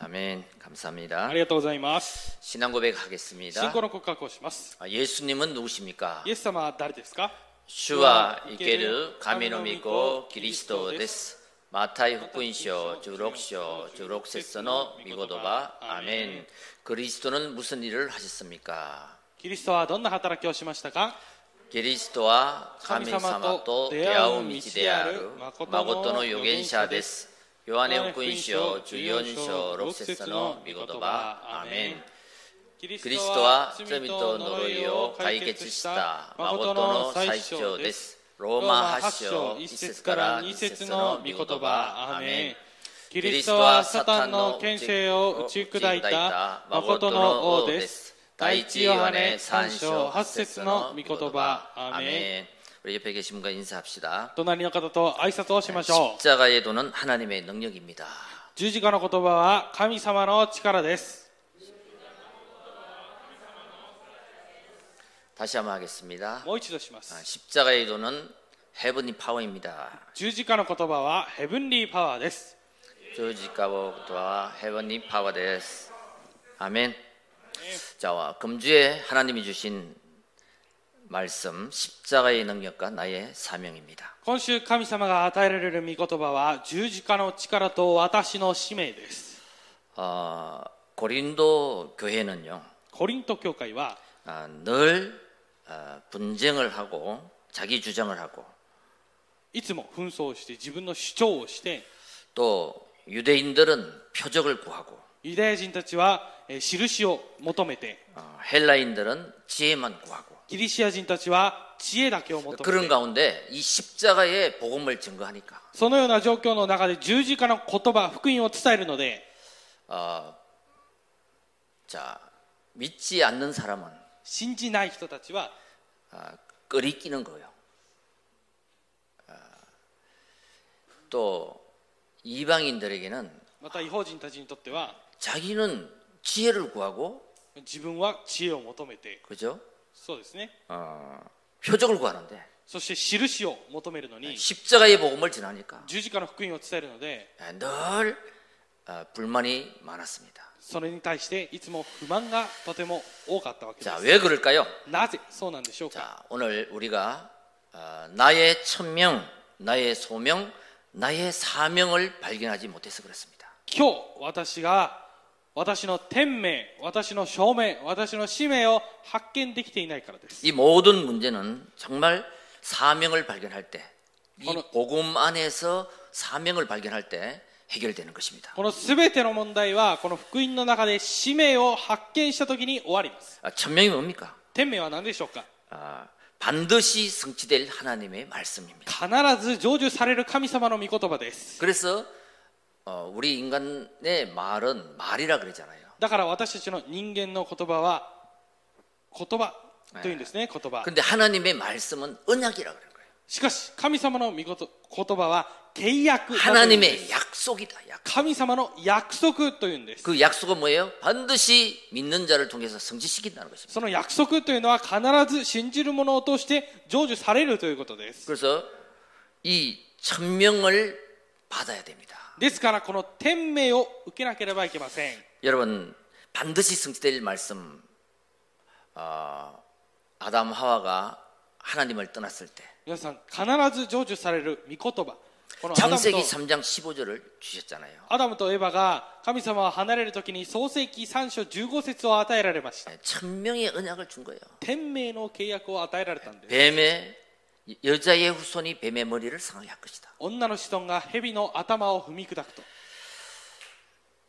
아멘. 감사합니다. ありがとうございます 신앙 고백하겠습니다. 信仰の告白をします 아, 예수님은 누구십니까? イエス様は誰ですか 주와 이케르 가미노미고 기리스도です. 마타이 후쿠인쇼 주록쇼 주록세서노 미고도바 아멘. 그리스도는 무슨 일을 하셨습니까? キリストはどんな働きをしましたか 그리스도와 가미사마토 대아우 미지데아르 마고토노 요겐샤です. 요한의 후쿠인쇼 주연쇼 록세서노 미고도바 아멘. キリキリストは罪と呪いを解決した誠の最長です。ローマ8章1節から2節の御言葉。アーメン。キリストはサタンの権勢を打ち砕いた誠の王です第一ヨハネ3章8節の御言葉アーメン 아멘. 우리 옆에 계신 분과 인사합시다. 隣の方と挨拶をしましょう 십자가의 도는 하나님의 능력입니다. 十字架の言葉は神様の力です 다시 한번 하겠습니다. もう一度しま 아, す 십자가의 도는 헤븐리 파워입니다. 十字架の言葉はヘブンリーパワーです 조지가와 헤븐리 파워です. 아멘. 자, 와, 금주에 하나님이 주신 말씀 십자가의 능력과 나의 사명입니다. 今週神様が与えられる御言葉は十字架の力と私の使命です 어, 고린도 교회는요 コリント教会は 아, 늘 아, 분쟁을 하고 자기 주장을 하고 いつも紛争をして自分の主張をして 또 유대인들은 표적을 구하고 ユダヤ人たちはえー印を求めて 어, 헬라인들은 지혜만 구하고 ギリシア人たちは知恵だけを求 그런 めて 가운데 이 십자가의 복음을 증거하니까 そのような状況の中で十字架の言葉福音を伝えるので 어, 자 믿지 않는 사람은 信じない人たちは 아, 끌이끼는 거예요. 아, 또 이방인들에게는 また違法人たちにとっては 자기는 지혜를 구하고 自分は知恵を求めて 그죠? そうですね 어, 표적을 구하는데 そして印を求めるのに 십자가의 복음을 전하니까 十字架の福音を伝えるので 아, 늘 아, 불만이 많았습니다. それに対していつも不満がとても多かったわけで 자, す 왜 그럴까요? なぜそうなんでしょうか 자, 오늘 우리가 아, 나의 천명, 나의 소명, 나의 사명을 발견하지 못해서 그렇습니다. 今日私が私の天命私の証明私の使命を発見できていないからです 이 모든 문제는 정말 사명을 발견할 때, 이 오늘- 복음 안에서 사명을 발견할 때 해결되는 것입니다. この全ての問題はこの福音の中で使命を発見した時に終わります 아, 천명이 뭡니까? 天命は何でしょうか 아, 반드시 성취될 하나님의 말씀입니다. 必ず成就される神様の御言葉です 그래서 어, 우리 인간의 말은 말이라 그러잖아요. だから私たちの人間の言葉は言葉というんですね言葉 그런데 하나님의 말씀은 언약이라 그런 거예요. しかし神様の御こと言葉は契約だというんです 하나님의 약속이다. 약. 神様の約束というんです 그 약속은 뭐예요? 반드시 믿는 자를 통해서 성취시킨다는 것입니다. その約束というのは必ず信じる者を通して成就されるということです。 그래서 이 천명을 받아야 됩니다. ですからこの天命を受けなければいけません。 여러분 반드시 성취될 말씀 어, 아담 하와가 하나님을 떠났을 때 皆さん必ず成就される御言葉。このアダムと 창세기 3장 15절을 주셨잖아요. アダムとエバが神様を離れる時に創世記3章15節を与えられました。 네, 천명의 언약을 준 거예요. 天命の契約を与えられたんです。 뱀의 여자의 후손이 뱀의 머리를 상하게 할 것이다. 女の子孫が蛇の頭を踏み砕くと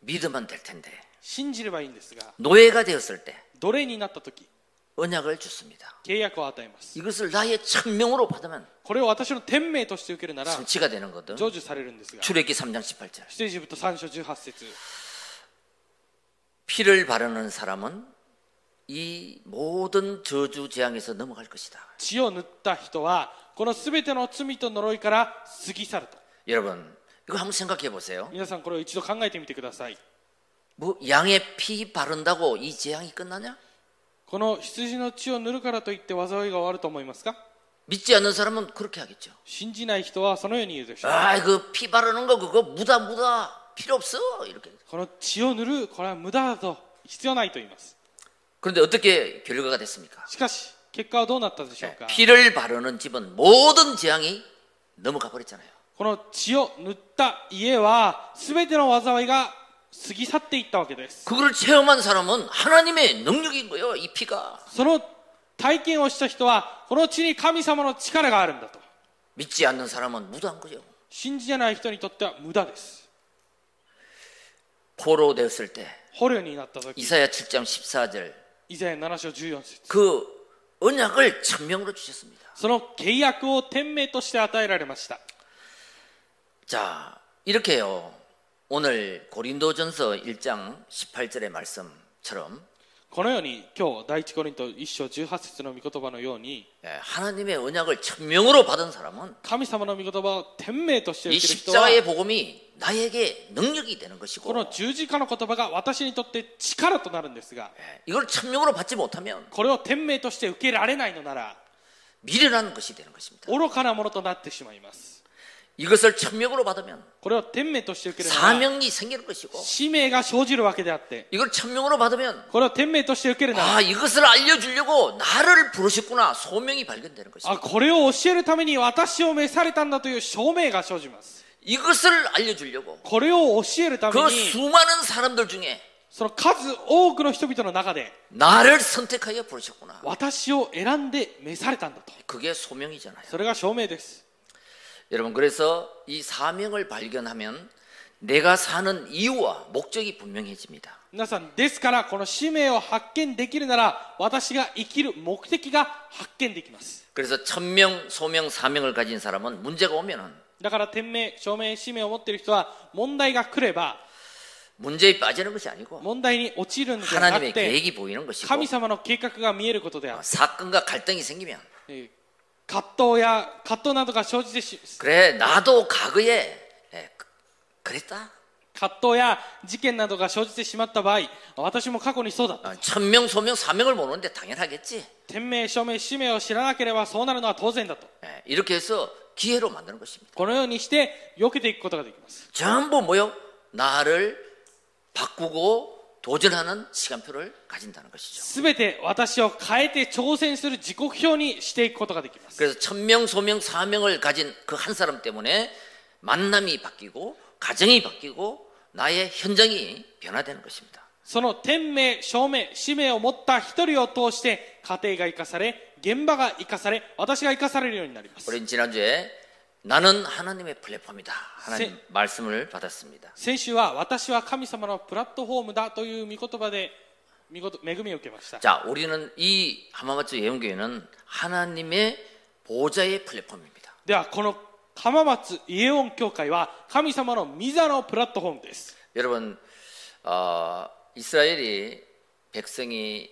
믿으면 될 텐데 信じればいいんですが 노예가 되었을 때 奴隷になった時 언약을 줬습니다. 契約を与えます。 이것을 나의 천명으로 받으면 これを私の天命として受けるなら 성취가 되는 거든. 成就されるんですが。 출애기 3장 18절. 出エジプト3章18節 피를 바르는 사람은 이 모든 저주 재앙에서 넘어갈 것이다. 血を塗った人はこの全ての罪と呪いから過ぎ去ると 여러분 이거 한번 생각해 보세요. 皆さんこれを一度考えてみてください 뭐 양의 피 바른다고 이 재앙이 끝나냐? この羊の血を塗るからといって災いが終わると思いますか 믿지 않는 사람은 그렇게 하겠죠. 信じない人はそのように言うでしょう 아, 그 피 바르는 거 그거 무다 무다. 필요 없어 이렇게 この血を塗るこれは無駄だと必要ないと言います 그런데 어떻게 결과가 됐습니까? しかし結果はどうなったでしょうか 피를 바르는 집은 모든 재앙이 넘어가 버렸잖아요. この血を塗った家は全ての災いが過ぎ去っていったわけです 그걸 체험한 사람은 하나님의 능력인 거예요. 이 피가 その体験をした人はこの地に神様の力があるんだと 믿지 않는 사람은 무도한 거죠. 信じてない人にとっては無駄です 포로 되었을 때 捕虜になった時 이사야 7장 14절 以前7章14節 그 언약을 천명으로 주셨습니다. その契約を天命として与えられました 자, 이렇게요. 오늘 고린도전서 1장 18절의 말씀처럼 このように今日第一コリント1章18節の御言葉のように 예, 하나님의 언약을 천명으로 받은 사람은 神様の御言葉を天命として 이 受ける人は 십자가의 복음이 나에게 능력이 되는 こ 것이고 の十字架の言葉が私にとって力となるんですが 예, 이걸 천명으로 받지 못하면 これを天命として受けられないのなら 미련한 것이 되는 것입니다. 愚かなものとなってしまいます 이것을 천명으로 받으면 これを天命として受けるなら 사명이 생기는 것이고 使命が生じるわけであって 이걸 천명으로 받으면 これを天命として受けるなら 아 이것을 알려주려고 나를 부르셨구나 소명이 발견되는 것입니다. あこれを教えるために私を召されたんだという証明が生じます 이것을 알려주려고 これを教えるため 그 に 수많은 사람들 중에 その数多くの人々の中で 나를 선택하여 부르셨구나. 私を選んで召されたんだと 그게 소명이잖아요. それが証明です 여러분 그래서 이 사명을 발견하면 내가 사는 이유와 목적이 분명해집니다. 皆さんですからこの使命を発見できるなら私が生きる目的が発見できます 그래서 천명, 소명, 사명을 가진 사람은 문제가 오면은 だから天命証明使命を持っている人は問題が来れば 문제에 빠지는 것이 아니고 問題に陥るんじゃなく 하나님의 て 계획이 보이는 것이고 神様の計画が見えることである 사건과 갈등이 생기면 えー葛藤や葛藤などが生じてし 그래 나도 과거에 예, 그- 그랬다. 葛藤や事件などが生じてしまった場合私も過去にそうだった 어, 천명, 소명, 사명을 모르는데 당연하겠지. 天命証明使命を知らなければそうなるのは当然だと 예, 이렇게 해서 기회로 만드는 것입니다. このようにして避けていくことができます 전부 뭐요? 나를 바꾸고 도전하는 시간표를 가진다는 것이죠. すべて私を変えて挑戦する時刻表にしていくことができます 그래서 천명, 소명, 사명을 가진 그 한 사람 때문에 만남이 바뀌고 가정이 바뀌고 나의 현장이 변화되는 것입니다. その天命証明使命を持った一人を通して家庭が生かされ現場が生かされ私が生かされるようになります 우린 지난주에 나는 하나님의 플랫폼이다. 하나님 세- 말씀을 받았습니다. 先週は私は神様のプラットフォームだという御言葉で御言恵みを受けました 자, 우리는 이 하마마츠 예언교회는 하나님의 보좌의 플랫폼입니다. ではこの浜松イエオン教会は神様の御座のプラットフォームです 여러분 어, 이스라엘이 백성이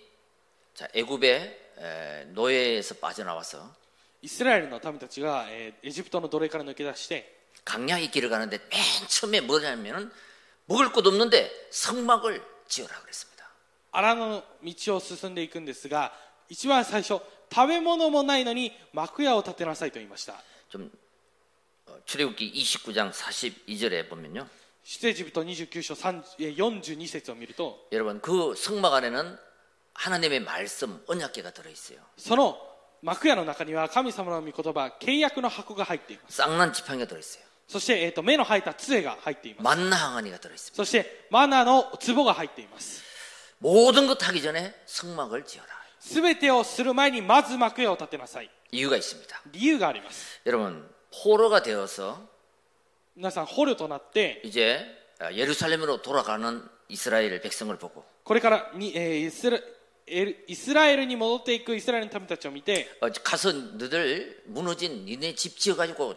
자, 애굽의 에, 노예에서 빠져나와서 イスラエルの民たちが、えーエジプトの奴隷から抜け出して 강야의 길을 가는데 맨 처음에 뭐냐면은 먹을 곳 없는데 성막을 지으라 그랬습니다. 荒野の道を進んでいくんですが一番最初食べ物もないのに幕屋を建てなさいと言いました 좀 어, 출애굽기 29장 42절에 보면요. 出エジプト29章3えー42節を見ると 여러분 그 성막 안에는 하나님의 말씀 언약계가 들어 있어요. その幕屋の中には神様の御言葉契約の箱が入っています 쌍난 지팡이가 들어 있어요. そして、えーと目の生えた杖が入っています 만나 항아리가 들어 있습니다. そしてマナの壺が入っています 모든 것 하기 전에 성막을 지어라. すべてをする前にまず幕屋を建てなさい 이유가 있습니다. 理由があります 여러분 포로가 되어서 皆さん捕虜となって 이제 예루살렘으로 돌아가는 이스라엘 백성을 보고 これからに、えーイスラエルイスラエルに戻っていくイスラエルの民たちを見て 어, 가서 너들 무너진 니네 집 지어가지고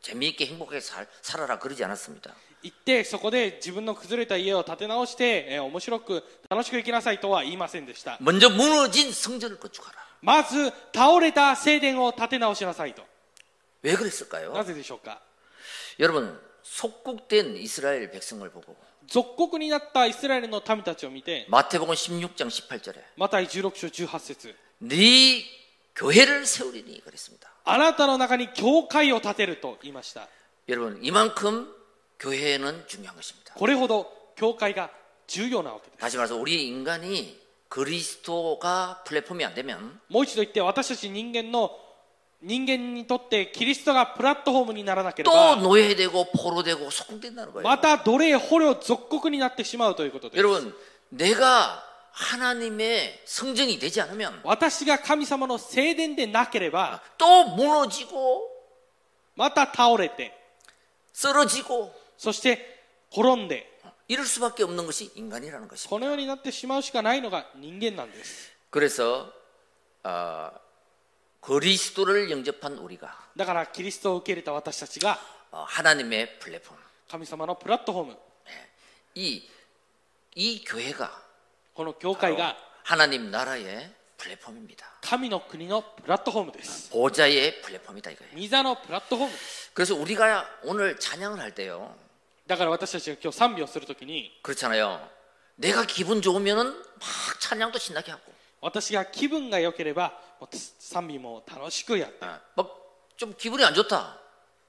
재미있게 행복하게 살, 살아라 그러지 않았습니다. 行ってそこで自分の崩れた家を建て直して、えー面白く楽しく生きなさいとは言いませんでした 먼저 무너진 성전을 건축하라. まず倒れた聖殿を建て直しなさいと 왜 な 그랬을까요? ぜでしょうか 여러분 속국된 이스라엘 백성을 보고 属国になったイスラエルの民たちを見て 마태복음 16장 18절에 マタイ16章18節 네 교회를 세우리니 그랬습니다. あなたの中に教会を建てると言いました 여러분 이만큼 교회는 중요한 것입니다. これほど教会が重要なわけです。 다시 말해서 우리 인간이 그리스도가 플랫폼이 안 되면 もう一度言って私たち人間の人間にとってキリストがプラットフォームにならなけれ 또 ば 노예되고 포로되고 속국된다는 거예요. また奴隷捕虜属国になってしまうということです 여러분, 내가 하나님의 성전이 되지 않으면 私が神様の聖殿でなければ 또 무너지고 また倒れて 쓰러지고 そして転んで 이럴 수밖에 없는 것이 인간이라는 것입니다. このようになってしまうしかないのが人間なんです 그래서 아, 그리스도를 영접한 우리가 だからキリストを受け入れた私たちが 어, 하나님의 플랫폼 神様のプラットフォーム 이, 이 교회가 この教会が 하나님 나라의 플랫폼입니다. 神の国のプラットフォームです 보좌의 플랫폼이다 이거예요. 御座のプラットフォームです 그래서 우리가 오늘 찬양을 할 때요. だから私たちが今日賛美をするときに 그렇잖아요. 내가 기분 좋으면은 막 찬양도 신나게 하고 私が気分が良ければもう賛美も楽しくやって 예, 막 좀 기분이 안 좋다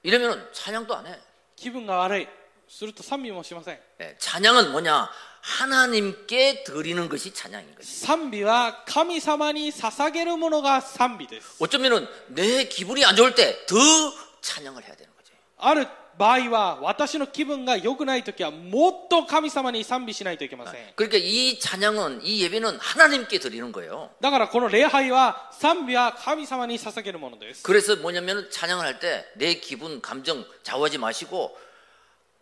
이러면은 찬양도 안 해. 気分が悪いすると賛美もしません 예, 찬양은 뭐냐? 하나님께 드리는 것이 찬양인 것이. 賛美は神様に捧げるものが賛美です 어쩌면은 내 기분이 안 좋을 때 더 찬양을 해야 되는 거죠. ある場合は私の気分が良くない時はもっと神様に賛美しないといけません 그러니까 이 찬양은 이 예배는 하나님께 드리는 거예요. だからこの礼拝は賛美は神様に捧げるものです 그래서 뭐냐면 찬양을 할 때 내 기분, 감정 좌우하지 마시고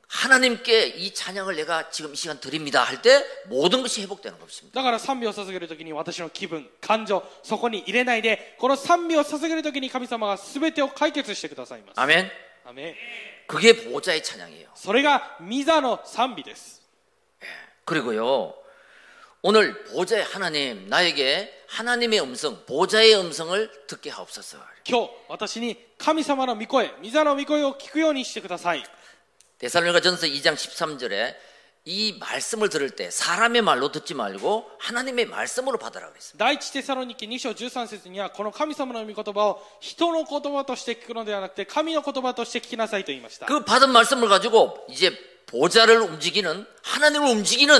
하나님께 이 찬양을 내가 지금 이 시간 드립니다 할 때 모든 것이 회복되는 것입니다. だから賛美を捧げる時に私の気分感情そこに入れないでこの賛美を捧げる時に神様が全てを解決してくださいます 아멘. アメン 그게 보좌의 찬양이에요. それがミザの賛美です 그리고요. 오늘 보좌의 하나님 나에게 하나님의 음성, 보좌의 음성을 듣게 하옵소서. 今日私に神様の御声ミザの御声を聞くようにしてください 데살로니가 전서 2장 13절에 이 말씀을 들을 때 사람의 말로 듣지 말고 하나님의 말씀으로 받으라 그랬습니다. 第一テサロニキ2章13節にはこの神様の御言葉を人の言葉として聞くのではなくて神の言葉として聞きなさいと言いました 그 받은 말씀을 가지고 이제 보좌를 움직이는 하나님을 움직이는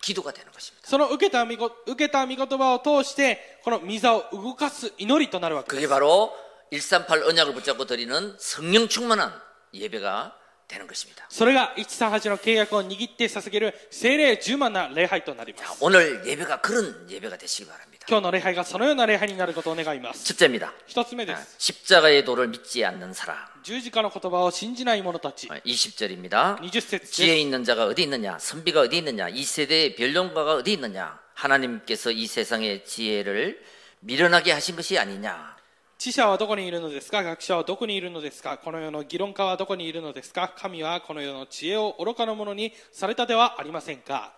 기도가 되는 것입니다. その受けた御こ受けた御言葉を通してこの御座を動かす祈りとなるわけ 그게 です 바로 138 언약을 붙잡고 드리는 성령 충만한 예배가 되는 것입니다. それが138の契約を握って捧げる精霊10万な礼拝となります 오늘 예배가 그런 예배가 되시기 바랍니다. 今日の礼拝がそのような礼拝になることを願います 첫째입니다 一つ目です 십자가의 도를 믿지 않는 사람. 十字架の言葉を信じない者たち 20절입니다. 20節です 지혜 있는 자가 어디 있느냐? 선비가 어디 있느냐? 이 세대의 변론가가 어디 있느냐? 하나님께서 이 세상의 지혜를 미련하게 하신 것이 아니냐? 知者はどこにいるのですか学者はどこにいるのですかこの世の議論家はどこにいるのですか神はこの世の知恵を愚かなものにされたではありませんか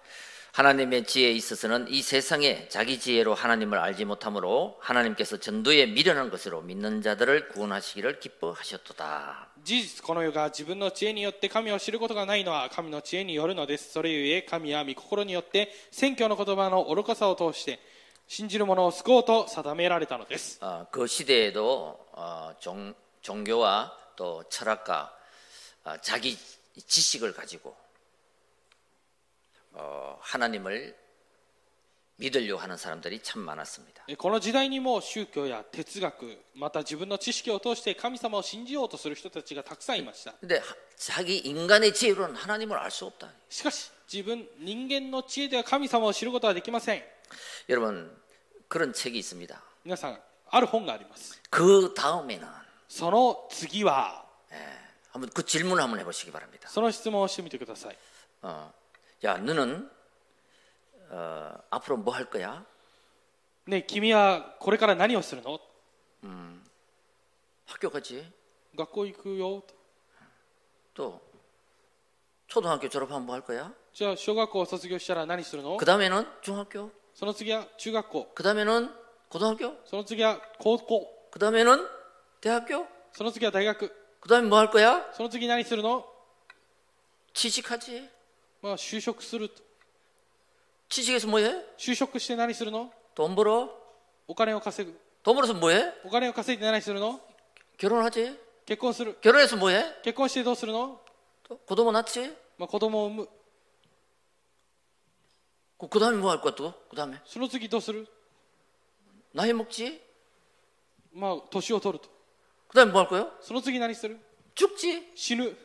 하나님의 지혜에 있어서는 이 세상에 자기 지혜로 하나님을 알지 못하므로 하나님께서 전도에 미련한 것으로 믿는 자들을 구원하시기를 기뻐하셨도다. 事実この世が自分の知恵によって神を知ることがないのは神の知恵によるのですそれゆえ神は御心によって宣教の言葉の愚かさを通して信じる者を救おうと定められたのです 어, 그 시대에도 어, 종, 종교와 또 철학과 어, 자기 지식을 가지고 어, 하나님을 믿으려 하는 사람들이 참 많았습니다. えこの時代にも宗教や哲学また自分の知識を通して神様を信じようとする人たちがたくさんいました 근데 하- 자기 인간의 지혜로는 하나님을 알 수 없다. しかし自分人間の知恵では神様を知ることはできません 여러분 그런 책이 있습니다. 皆さんある本があります 그 다음에는 その次は 예, 한번 그 질문을 한번 해보시기 바랍니다. その質問をしてみてください 어, 야, 너는 어, 앞으로 뭐 할 거야? ねえ君はこれから何をするの 학교 가지? 学校行くよ 또 초등학교 졸업하면 뭐 할 거야? じゃあ小学校を卒業したら何するの 그 다음에는 중학교, その次は中学校 그 다음에는 고등학교, その次は高校 그 다음에는 대학교, その次は大学 그 다음에 뭐 할 거야? その次何するの 취직하지? まあ就職すると 취직해서 뭐 해? 就職して何するの 돈 벌어? お金を稼ぐ 돈 벌어서 뭐 해? お金を稼いで何するの 결혼하지? 結婚する 결혼해서 뭐 해? 結婚してどうするの子供낳지? 막子供を産む 그 다음에 뭐 할 거야 또? 그 다음에 その次どうする 나이 먹지? まあ年を取ると 그 다음에 뭐 할 거예요? その次何する 죽지? 死ぬ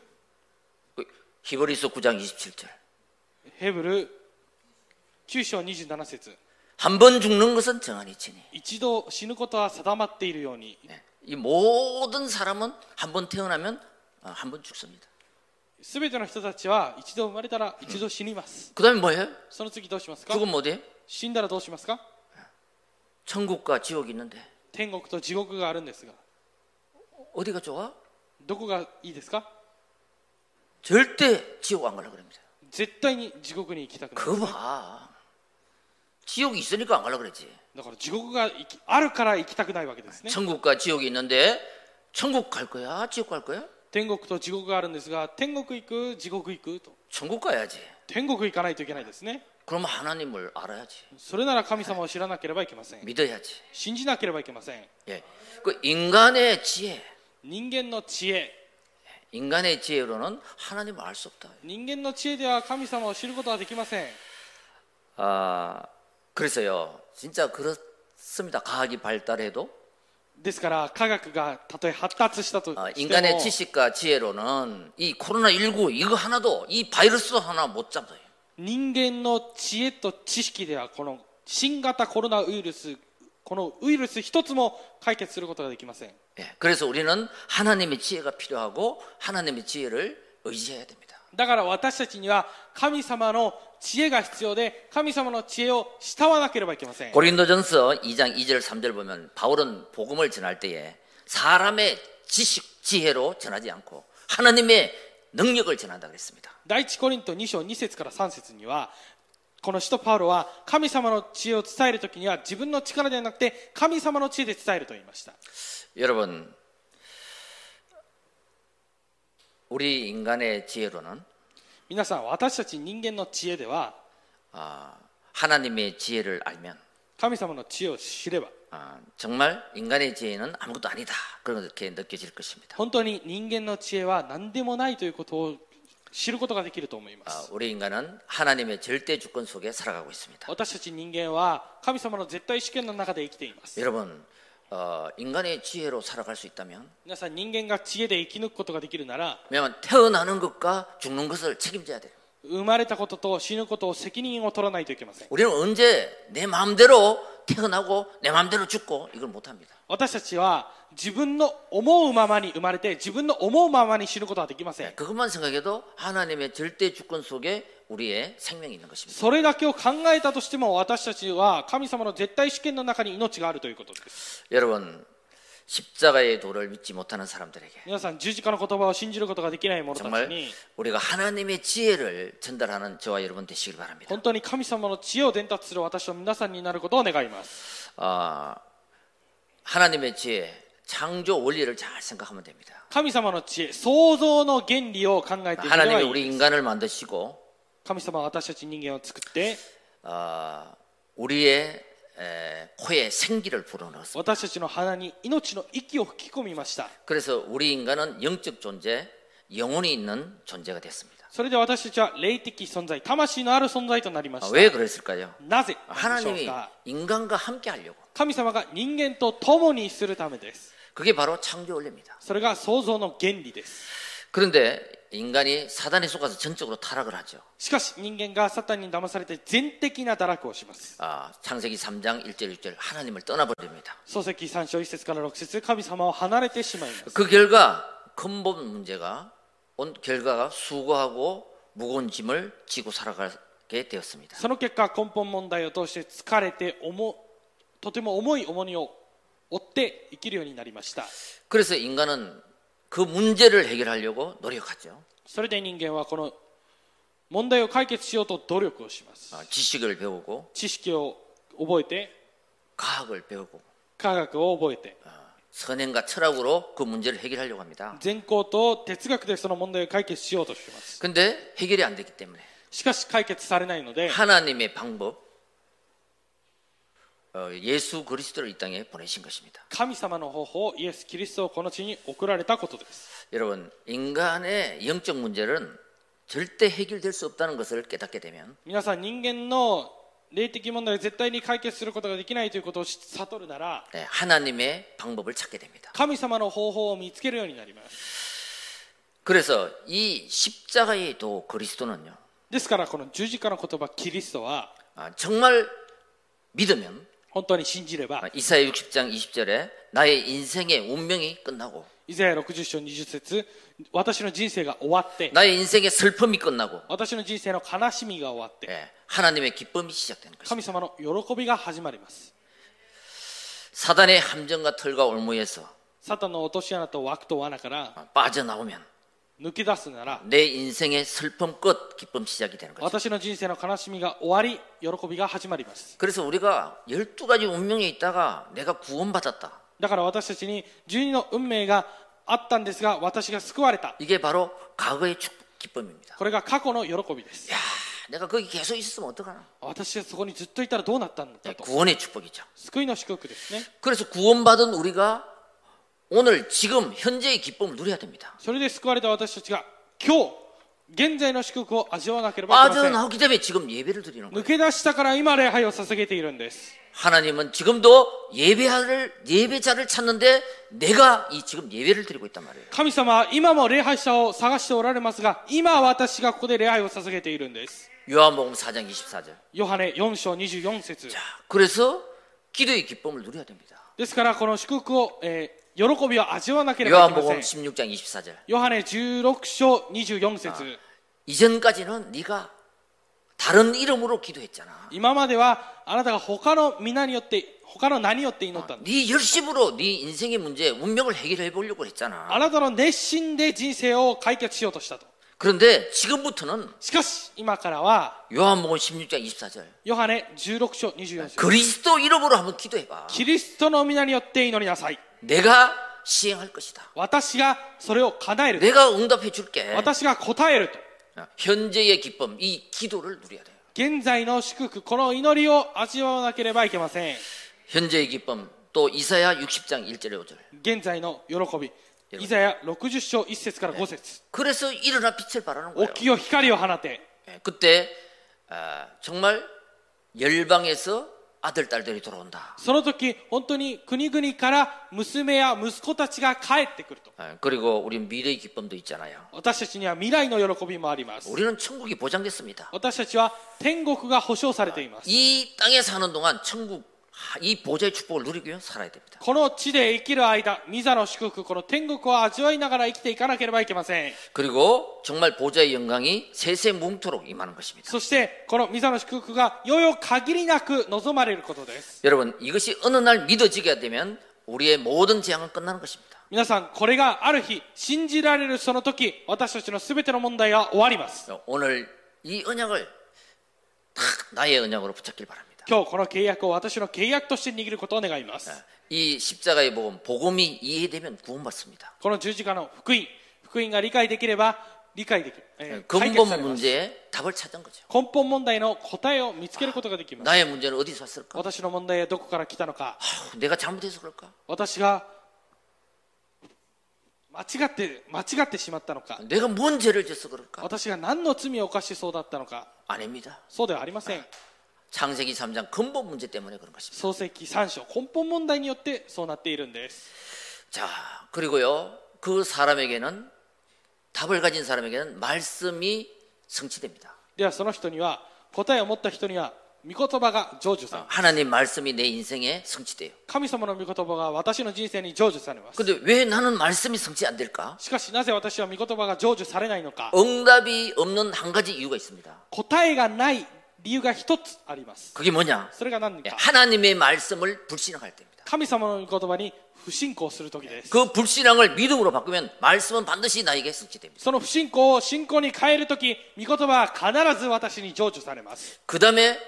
그 히브리서 9장 27절 ヘブル9章27節 한 번 죽는 것은 정한이 치니 一度死ぬことは定まっているように 네. 이 모든 사람은 한 번 태어나면 아, 한 번 죽습니다 全ての人たちは一度生まれたら一度死にます 그 다음에 뭐예요? その次どうしますか 죽으면 어디예요? 死んだらどうしますか 천국과 지옥이 있는데 天国と地獄があるんですが 어디가 좋아? どこがいいですか 절대 지옥 안 가려고 그럽니다 絶対に地獄に行きたくない 그거 봐 지옥이 있으니까 안 가려고 그랬지 だから地獄が行きあるから行きたくないわけですね 천국과 지옥이 있는데 천국 갈 거야? 지옥 갈 거야? 天国と地獄があるんですが天国行く地獄行くと 천국 가야지 天国行かないといけないですね 그러면 하나님을 알아야지 それなら神様を知らなければいけません 믿어야지 信じなければいけません 예. 그 인간의 지혜 人間の知恵 인간의 지혜로는 하나님을 알 수 없다 人間の知恵では神様を知ることはできません 아 그래서요 진짜 그렇습니다 과학이 발달해도 ですから科学がたとえ発達したとして 아, も 인간의 지식과 지혜로는 이 코로나19 이거 하나도 이 바이러스 하나 못 잡아요 人間の知恵と知識ではこの新型コロナウイルスこのウイルス一つも解決することができません 예. 그래서 우리는 하나님의 지혜가 필요하고 하나님의 지혜를 의지해야 됩니다 だから私たちには神様の知恵が必要で神様の知恵を慕わなければいけません 고린도전서 2장 2절 3절 보면 바울은 복음을 전할 때에 사람의 지식 지혜로 전하지 않고 하나님의 능력을 전한다 그랬습니다. 第一コリント2章2節から3節にはこの使徒パウロは神様の知恵を伝えるときには自分の力ではなくて神様の知恵で伝えると言いました 여러분 우리 인간의 지혜로는 皆さん私たち人間の知恵では 아, 하나님의 지혜를 알면 神様の知恵を知れば 아, 정말 인간의 지혜는 아무것도 아니다 그렇게 느껴질 것입니다. 本当に人間の知恵は何でもないということを知ることができると思いま 아, す 우리 인간은 하나님의 절대 주권 속에 살아가고 있습니다. 私たち人間は神様の絶対主権の中で生きています 여러분 어, 인간의 지혜로 살아갈 수 있다면 皆さん人間が知恵で生き抜くことができるなら 왜냐하면 태어나는 것과 죽는 것을 책임져야 돼요. 生まれたことと死ぬことを責任を取らないといけません 우리는 언제 내 마음대로 태어나고 내 마음대로 죽고 이걸 못합니다. 私たちは自分の思うままに生まれて自分の思うままに死ぬことはできません 예, 그것만 생각해도 하나님의 절대 주권 속에 우리의 생명이 있는 것입니다. それだけを考えたとしても私たちは神様の絶対主権の中に命があるということです 여러분 십자가의 도를 믿지 못하는 사람들에게 皆さん十字架の言葉を信じることができない者たち 정말 に 우리가 하나님의 지혜를 전달하는 저와 여러분 되시길 바랍니다. 本当に神様の知恵を伝達する私の皆さんになることを願います 아, 하나님의 지혜 창조 원리를 잘 생각하면 됩니다. 神様の知恵創造の原理を考えていければ 하나님이 いい 우리 인간을 만드시고 神様は私たち人間を作って 아, 우리의 에, 코에 생기를 불어넣었습니다. 私たちの鼻に命の息を吹き込みました 그래서 우리 인간은 영적 존재, 영혼이 있는 존재가 됐습니다. それで私たちは霊的存在魂のある存在となりま 아, した 왜 그랬을까요? なぜなんでしょう 하나님이 か 인간과 함께 하려고. 神様が人間と共にするためです 그게 바로 창조 원리입니다. それが創造の原理です 그런데 인간이 사단에 속아서 전적으로 타락을 하죠. しかし人間がサタンに騙されて全的な堕落をします 아, 창세기 3장 1절 6절 하나님을 떠나버립니다. 創世記3章1節から6節神様を離れてしまいます 그 결과 근본 문제가 온 결과가 수고하고 무거운 짐을 지고 살아가게 되었습니다. その結果根本問題を通して疲れて重とても重い重荷を負って生きるようになりました 그래서 인간은 그 문제를 해결하려고 노력하죠. それで人間はこの問題を解決しようと努力をします 어, 지식을 배우고 知識を覚えて 과학을 배우고 科学を覚えて 선행과 철학으로 그 문제를 해결하려고 합니다. 善行と哲学でその問題を解決しようとします 근데 해결이 안 되기 때문에 しかし解決されないので 하나님의 방법 어, 예수 그리스도를 이 땅에 보내신 것입니다. 神様の方法イエス・キリストをこの地に送られたことです 여러분, 인간의 영적 문제는 절대 해결될 수 없다는 것을 깨닫게 되면 皆さん人間の霊的問題を絶対に解決することができないということを知悟るなら 네, 하나님의 방법을 찾게 됩니다. 神様の方法を見つけるようになります 그래서 이 십자가의 도 그리스도는요. ですからこの十字架の言葉キリストは 아, 정말 믿으면 本当に信じれ 아, ば 이사야 60장 20절에 나의 인생의 운명이 끝나고 イザヤ60章20節私の人生が終わって 나의 인생의 슬픔이 끝나고 私の人生の悲しみが終わって 예, 하나님의 기쁨이 시작되는 것입니다. 神様の喜びが始まります 사단의 함정과 털과 올무에서 サタンの落とし穴と枠と罠から 아, 빠져나오면 抜け出すなら 내 인생의 슬픔 끝 기쁨 시작이 되는 거죠. 私の人生の悲しみが終わり喜びが始まります 그래서 우리가 12가지 운명에 있다가 내가 구원받았다. だから私たちに12の運命があったんですが私が救われた 이게 바로 과거의 축 기쁨입니다. これが過去の喜びです 야, 내가 거기 계속 있었으면 어떡하나. 私がそこにずっといたらどうなったんだ 네, と 구원의 축복이죠. 救いの祝福ですね 그래서 구원받은 우리가 오늘 지금 현재의 기쁨을 누려야 됩니다. それで救われた私たちが今日現在の祝福を味わわなければいけません 빠져나오기 때문에 지금 예배를 드리는 거예요. 抜け出したから今礼拝を捧げているんです 하나님은 지금도 예배를 예배자를 찾는데 내가 이 지금 예배를 드리고 있단 말이에요. 神様は今も礼拝者を探しておられますが今私がここで礼拝を捧げているんです 요한복음 4장 24절. ヨハネ4章24節 그래서 기도의 기쁨을 누려야 됩니다. ですからこの祝福を、えー喜びを味わわなければいけま 요한복음 せん 16장 24절. ヨハネ16章24節 이전까지는 네가 다른 이름으로 기도했잖아. 今まではあなたが他の皆によって他の名によって祈ったんだ 네 열심으로 네 인생의 문제, 운명을 해결해 보려고 했잖아. あなたの熱心で人生を解決しようとしたと 그런데 지금부터는 しかし今からは 요한복음 16장 24절. ヨハネ16章24節 그리스도 이름으로 한번 기도해 봐. キリストの皆によって祈りなさい 내가 시행할 것이다. 私がそれを叶える 내가 응답해 줄게. 私が答えると 현재의 기쁨, 이 기도를 누려야 돼요. 現在の祝福この祈りを味わわなければいけません 현재의 기쁨, 또 이사야 60장 1절에 5절. 現在の喜びイザヤ60章1節から5節 그래서 일어나 빛을 발하는 大 거예요. きよ光を放て 예, 그때 아, 정말 열방에서 아들 딸들이 돌아온다. その時本当に国々から娘や息子たちが帰ってくると 예, 그리고 우리 미래의 기쁨도 있잖아요. 私たちには未来の喜びもあります 우리는 천국이 보장됐습니다. 私たちは天国が保証されています 이 땅에 사는 동안 천국 하- 이 보좌의 축복을 누리기 위해 살아야 됩니다. この地で生きる間ミザの祝福この天国を味わいながら生きていかなければいけません 그리고 정말 보좌의 영광이 세세 뭉토록 임하는 것입니다. そしてこのミザの祝福がよよ限りなく望まれることです 여러분 이것이 어느 날 믿어지게 되면 우리의 모든 재앙은 끝나는 것입니다. 皆さんこれがある日信じられるその時私たちの全ての問題は終わります 오늘 이 언약을 탁 나의 언약으로 붙잡길 바랍니다. 今日この契約を私の契約として握ることを願います 예, 이 십자가의 복음 복음이 이해되면 구원받습니다. この十字架の福音福音が理解できれば理解できる、えー解決 예, 그 근본 されます 문제에 답을 찾은 거죠. 根本問題の答えを見つけることができます 나의 문제는 어디서 왔을까? 私の問題はどこから来たのか 아휴, 내가 잘못해서 그럴까? 私が間違って間違ってしまったのか 내가 뭔 죄를 져서 그럴까? 私が何の罪を犯しそうだったのか 아닙니다. そうではありません 창세기 3장 근본 문제 때문에 그런 것입니다. 創世記3章根本問題によってそうなっているんです 자, 그리고요. 그 사람에게는 답을 가진 사람에게는 말씀이 성취됩니다. ではその人には答えを持った人には御言葉が成就されます 하나님 말씀이 내 인생에 성취돼요. 神様の御言葉が私の人生に成就されます 근데 왜 나는 말씀이 성취 안 될까? しかしなぜ私は御言葉が成就されないのか 응답이 없는 한 가지 이유가 있습니다. 答えがない理由が一つあります 그게 뭐냐? それが何 예, か 하나님의 말씀을 불신앙할 때입니다. 神様の御言葉に不信仰する時です 그 불신앙을 믿음으로 바꾸면 말씀은 반드시 나에게 성취됩니다. その不信仰を信仰に変える時御言葉は必ず私に成就されます 그 다음에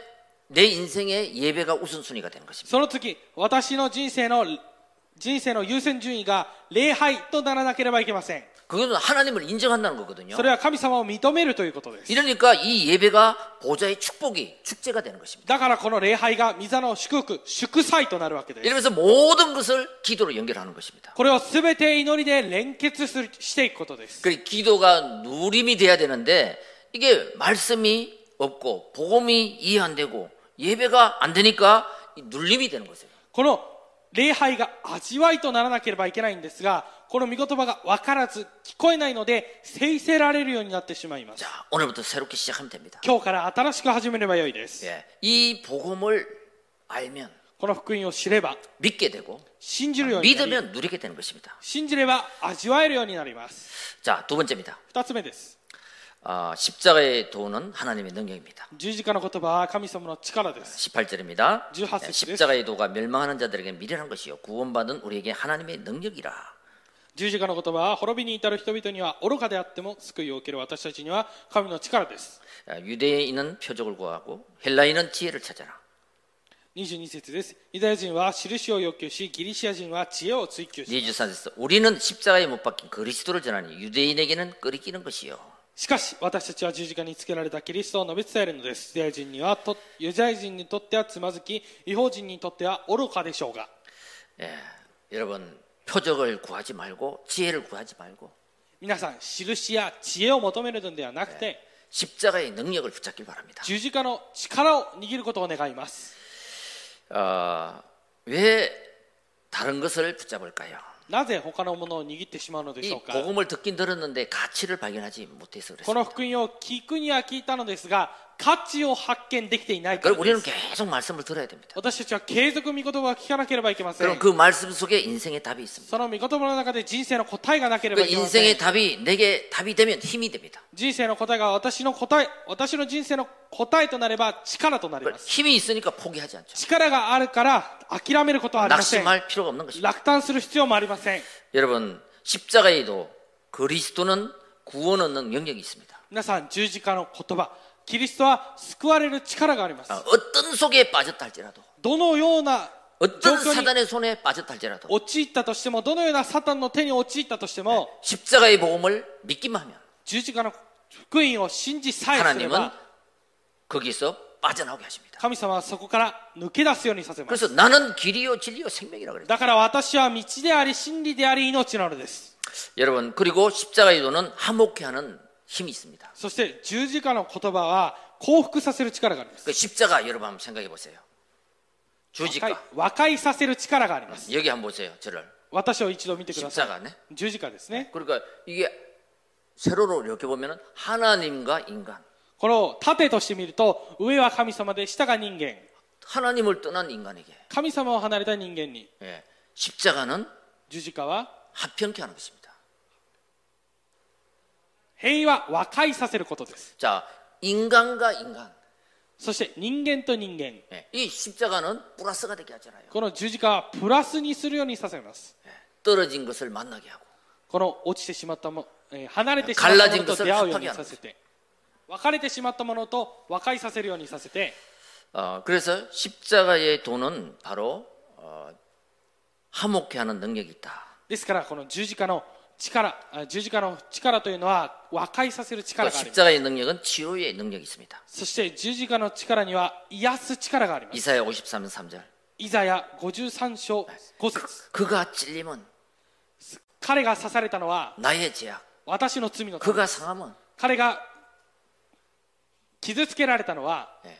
내 인생의 예배가 우선순위가 되는 것입니다. その時私の人生の人生の優先順位が礼拝とならなければいけません 그거는 하나님을 인정한다는 거거든요. それは神様を認めるということです 이러니까 이 예배가 보좌의 축복이 축제가 되는 것입니다. だからこの礼拝が御座の祝福祝祭となるわけです 이러면서 모든 것을 기도로 연결하는 것입니다. これを全て祈りで連結するしていくことです 그 기도가 누림이 돼야 되는데 이게 말씀이 없고 복음이 이해 안 되고 예배가 안 되니까 이 눌림이 되는 거죠. この礼拝が味わいとならなければいけないんですがこの御言葉が分からず聞こえないので制せられるようになってしまいます 자, 오늘부터 새롭게 시작하면 됩니다. 今日から新しく始めればよいです 예. 이 복음을 알면 この福音を知れば 믿게 되고 信じるようになり 믿으면 누리게 되는 것입니다. 信じれば味わえるようになります 자, 두 번째입니다. 二つ目です 아, 십자가의 도는 하나님의 능력입니다. 十字架の言葉は神様の力です 18절입니다. 예, 주하스 씨. 십자가의 도가 멸망하는 자들에게 미련한 것이요 구원받은 우리에게 하나님의 능력이라. 十字架の言葉は滅びに至る人々には愚かであっても救いを受ける私たちには神の力です 아, 유대인은 표적을 구하고 헬라인은 지혜를 찾아라. 22節ですユダヤ人は印を要求しギリシア人は知恵を追求し 23절에서 우리는 십자가에 못 박힌 그리스도를 전하니 유대인에게는 끓이기는 것이요 しかし私たちは十字架につけられたキリストを述べ伝えるのですユダヤ人にはとユダヤ人にとってはつまずき違法人にとっては愚かでしょうが 예, 여러분 표적을 구하지 말고 지혜를 구하지 말고 皆さん印や知恵を求めるのではなくて 십자가의 능력을 붙잡길 바랍니다. 十字架の力を握ることを願います 아, 왜 다른 것을 붙잡을까요? なぜ他のものを握ってしまうのでし 이 ょうか 복음을 듣긴 들었는데 가치를 발견하지 못해서 こ 그랬습니다. の福音を聞くには聞いたのですが価値を発見できていないから 그럼 で 우리는 す 계속 말씀을 들어야 됩니다. 私たちは継続御言葉を聞かなければいけませ 그럼 ん 그 말씀 속에 인생의 답이 있습니다. その御言葉の中で人生の答えがなけれ 그 ばいけません 인생의 답이 내게 답이 되면 힘이 됩니다. 人生の答えが私の答え私の人生の答えとなれば力となり 그 ます 힘이 있으니까 포기하지 않죠. 力があるから諦めることは 아, 네. ありません 낙심할 필요가 없는 것입니다. 落胆する必要もありません 여러분 십자가에도 그리스도는 구원 얻는 영역이 있습니다. 皆さん十字架の言葉キリストは救われる力があります 아, 어떤 속에 빠졌다 할지라도 どのような 어떤 状況に 사단의 손에 빠졌다 할지라도 陥ったとしてもどのようなサタンの手に陥ったとしても 십자가의 복음을 믿기만 하면 十字架の福音を信じさえすれ 하나님은 ば 거기서 빠져나오게 하십니다. 神様はそこから抜け出すようにさせます 그래서 나는 길이요 진리요 생명이라 그래요. だから私は道であり真理であり命なのです 여러분 그리고 십자가의 도는 화목케 하는 힘이 있습니다. そして十字架の言葉は降伏させる力があります 그 십자가 여러분 한번 생각해 보세요. 和解 주지가 和解させる力があります 여기 한번 보세요. 저를 私を一度見てください 십자가네. 十字架ですね 그러니까 이게 세로로 이렇게 보면은 하나님과 인간, これを盾として見ると上は神様で下が人間 하나님을 떠난 인간에게 神様を離れた人間に 예, 십자가는 十字架は 합평케 하는 것입니다. 平和和解させることです 자, 인간과 인간. そして人間と人間 예, 이 십자가는 플러스가 되게 하잖아요. この十字架はプラスにするようにさせます 떨어진 것을 만나게 하고 この落ちてしまったも、えー離れてしまったものと出会うようにさせて別れてしまったものと和解させるようにさせて 어, 그래서 십자가의 도는 바로 어, 화목케 하는 능력이 있다. ですからこの十字架の力あ十字架の力というのは和解させる 또 力があります 십자가의 능력은 치유의 능력이 있습니다. そして十字架の力には癒す力があります 이사야 53장 3절. イザヤ53章5節 그가 찔림은 彼が刺されたのは 나의 죄악. 私の罪のため 그가 상함은 彼が傷つけられたのは 예,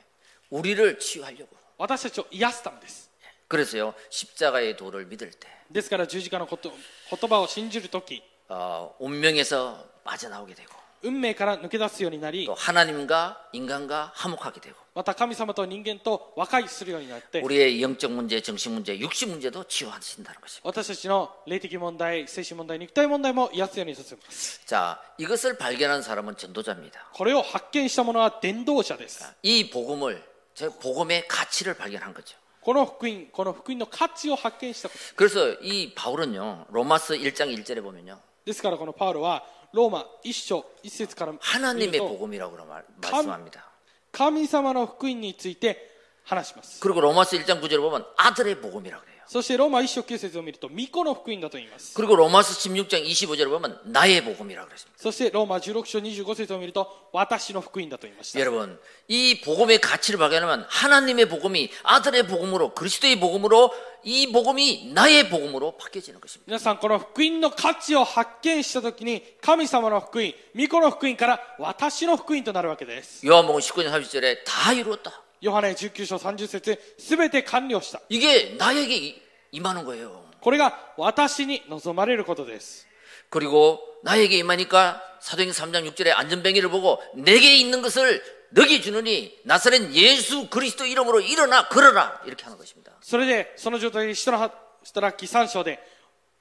우리를 치유하려고. 私たちを癒すためです 그래서요 십자가의 도를 믿을 때 ですから十字架のこと言葉を信じるとき 어, 운명에서 빠져나오게 되고 運命から抜け出すようになり 또 하나님과 인간과 화목하게 되고 また神様と人間と和解するようになって 우리의 영적 문제, 정신 문제, 육신 문제도 치유하신다는 것입니다. 私たちの霊的問題精神問題肉体問題も癒すようにさせます 자, 이것을 발견한 사람은 전도자입니다. これを発見した者は伝道者です 이 복음을 제 복음의 가치를 발견한 거죠. この福音この福音の価値を発見したこと 그래서 이 바울은요 로마서 1장 1절에 보면요 ですからこのパウロはローマ一章一節から見る 하나님의 と 복음이라고 말, 말씀합니다. 神様の福音について話します 그리고 로마서 1장 9절에 보면 아들의 복음이라고 그래요. そしてローマ1章9節を見ると巫女の福音だと言います 그리고 로마서 16장 25절을 보면 나의 복음이라고 그랬습니다. そしてローマ16章25節を見ると私の福音だと言いました 여러분, 이 복음의 가치를 발견하면 하나님의 복음이 아들의 복음으로 그리스도의 복음으로 이 복음이 나의 복음으로 바뀌어지는 것입니다. 皆さんこの福音の価値を発見した時に神様の福音巫女の福音から私の福音となるわけです 요한복음 19장 30절에 다 이루었다. ヨハネ19章30節すべて完了した 이게 나에게 이- 임하는 거예요. これが私に望まれることです 그리고 나에게 임하니까 사도행 3장 6절에 안전뱅이를 보고 내게 있는 것을 너게 주느니 나사렛 예수 그리스도 이름으로 일어나 걸어라 이렇게 하는 것입니다. それでその状態で人の働き3章で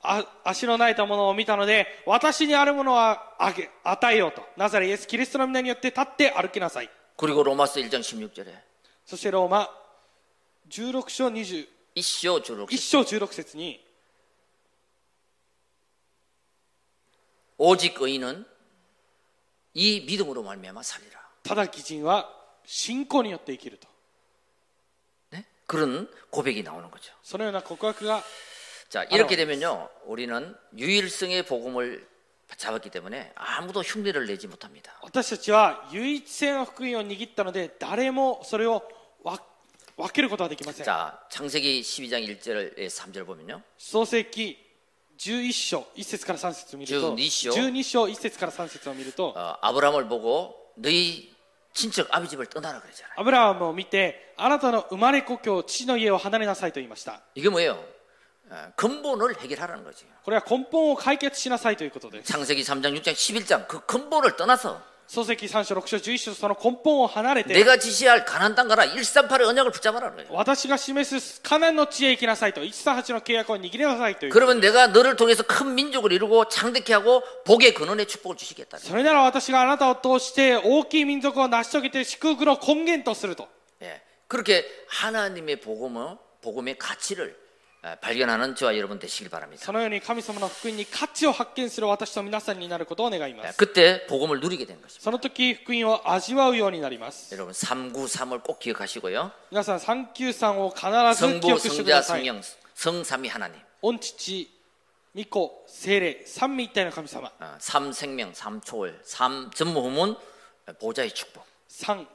あ足のないたものを見たので私にあるものはあげ与えようとなぜならイエス・キリストの皆によって立って歩きなさい 그리고 로마서 1장 16절에 そしてローマ16章21 이쇼 주룩 章16節に 오직 의인은 이 믿음으로 말미암아 살리라. ただ義人は信仰によって生きると 네? 그런 고백이 나오는 거죠. そのような告白が 자, 이렇게 되면요. 우리는 유일성의 복음을 잡았기 때문에 아무도 흉내를 내지 못합니다. 私たちは唯一性の福音を握ったので誰もそれをわ分けることはできません 자, 창세기 12장 1절에 3절 보면요. 創世記11章1節から3節を見ると12章12章1節から3節を見ると 어, 아브라함을 보고 너희 친척 아비 집을 떠나라 그러잖아요. アブラハムを見てあなたの生まれ故郷父の家を離れなさいと言いました 이게 뭐예요? 어, 근본을 해결하라는 거죠. これは根本を解決しなさいということです 창세기 3장 6장 11장 그 근본을 떠나서 創世記3章6章11章その根本を離れて 내가 지시할 가난 땅 가라 138의 언약을 붙잡아라 그래요. 私が示すカナンの地へ行きなさいと138の契約を握りなさいという 그러면 내가 너를 통해서 큰 민족을 이루고 창대케 하고 복의 근원의 축복을 주시겠다. それなら私があなたを通して大きい民族を成し遂げて祝福の根源とすると 예. 그렇게 하나님의 복음을 복음의 가치를 아, 발견하는 저와 여러분 되시길 바랍니다. そのように神様の福音に価値を発見する私と皆さんになることを願いま 예, す 그때 복음을 누리게 되는 것입니다. その時福音を味わうようになります 여러분 393을 꼭 기억하시고요. 皆さん3級さんを必ず記 성부, 憶してくだ 성자, さい 성령, 성삼위 하나님. 御父御子聖霊三位一体の神様 어, 삼생명, 삼초월, 삼전무후문 어, 보좌의 축복. 三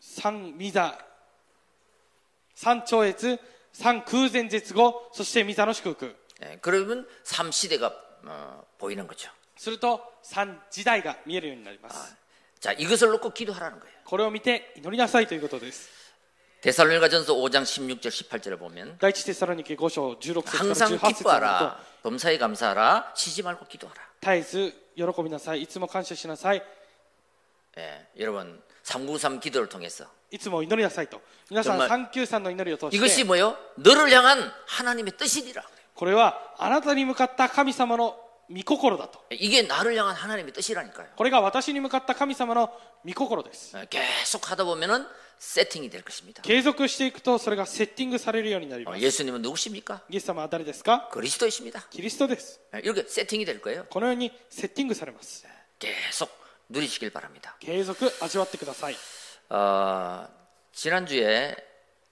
三御座三超越三空前絶後そして御座の祝福 예, 그러면 삼시대가 어, 보이는 거죠. すると三時代が見えるようになります 자 이것을 놓고 기도하라는 거예요. これを見て祈りなさいということです 데살로니가전서 5장 16절 18절을 보면 第一テサロニケ5章16節から 항상 18節を見ると 기뻐하라 범사에 감사하라 쉬지 말고 기도하라 絶えず喜びなさいいつも感謝しなさい 예, 여러분 393 기도를 통해서 いつも祈りなさいと皆さん 정말 三級さんの祈りを通して 이것이 뭐요? 너를 향한 하나님의 뜻이니라 これはあなたに向かった神様の御心だと 예, 이게 나를 향한 하나님의 뜻이라니까요 これが私に向かった神様の御心です 예, 계속 하다 보면은 세팅이 될 것입니다 継続していくとそれがセッティングされるようになり 어, ます 예수님은 누구십니까? イエス様は誰ですか 그리스도이십니다 キリストです 예, 이렇게 세팅이 될 거예요 このようにセッティングされます 계속 누리시길 바랍니다 継続味わってください 어, 지난주에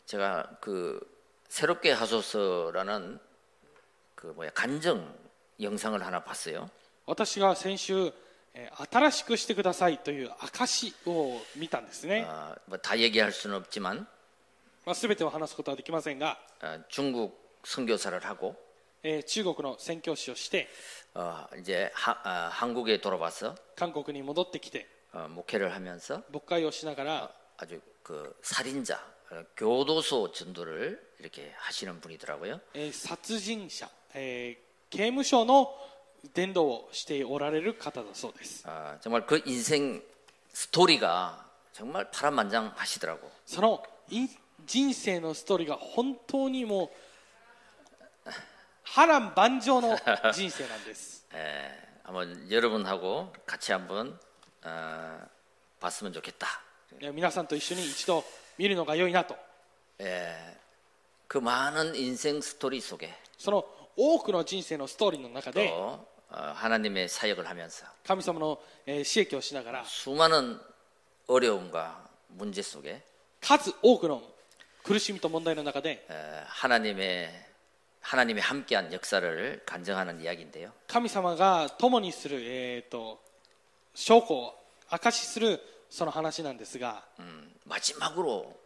제가 그 새롭게 하소서라는 그 뭐야 간증 영상을 하나 봤어요. 私が先週えー新しくしてくださいという証を見たんですね、 어, 뭐다 얘기할 수는 없지만 まあ、全てを話すことはできませんが、 어, 중국 선교사를 하고 えー中国の宣教師をして 어, 이제 하- 아, 한국에 돌아와서 韓国に戻ってきて 어, 목회를 하면서 牧会をしながら 아주 그 살인자 어, 교도소 전도를 이렇게 하시는 분이더라고요. えー殺人者、えー刑務所の伝道をしておられる方だそうです。 아, 정말 그 인생 스토리가 정말 파란만장하시더라고. そのい人生のストーリーが本当にもう波乱万丈の人生なんです。 예, 한번 여러분하고 같이 한번 어, 봤으면 좋겠다. いや皆さんと一緒に一度見るのが良いなと。 그 많은 인생 스토리 속에 その多くの人生のストーリーの中 또 で 어, 하나님의 사역을 하면서 神様のえー刺激をしながら 수많은 어려움과 문제 속에 数多くの苦しみと問題の中で 어, 하나님의 하나님이 함께한 역사를 간증하는 이야기인데요. 神様が共にする、えー、と証拠を証しするその話なんですが 음, 마지막으로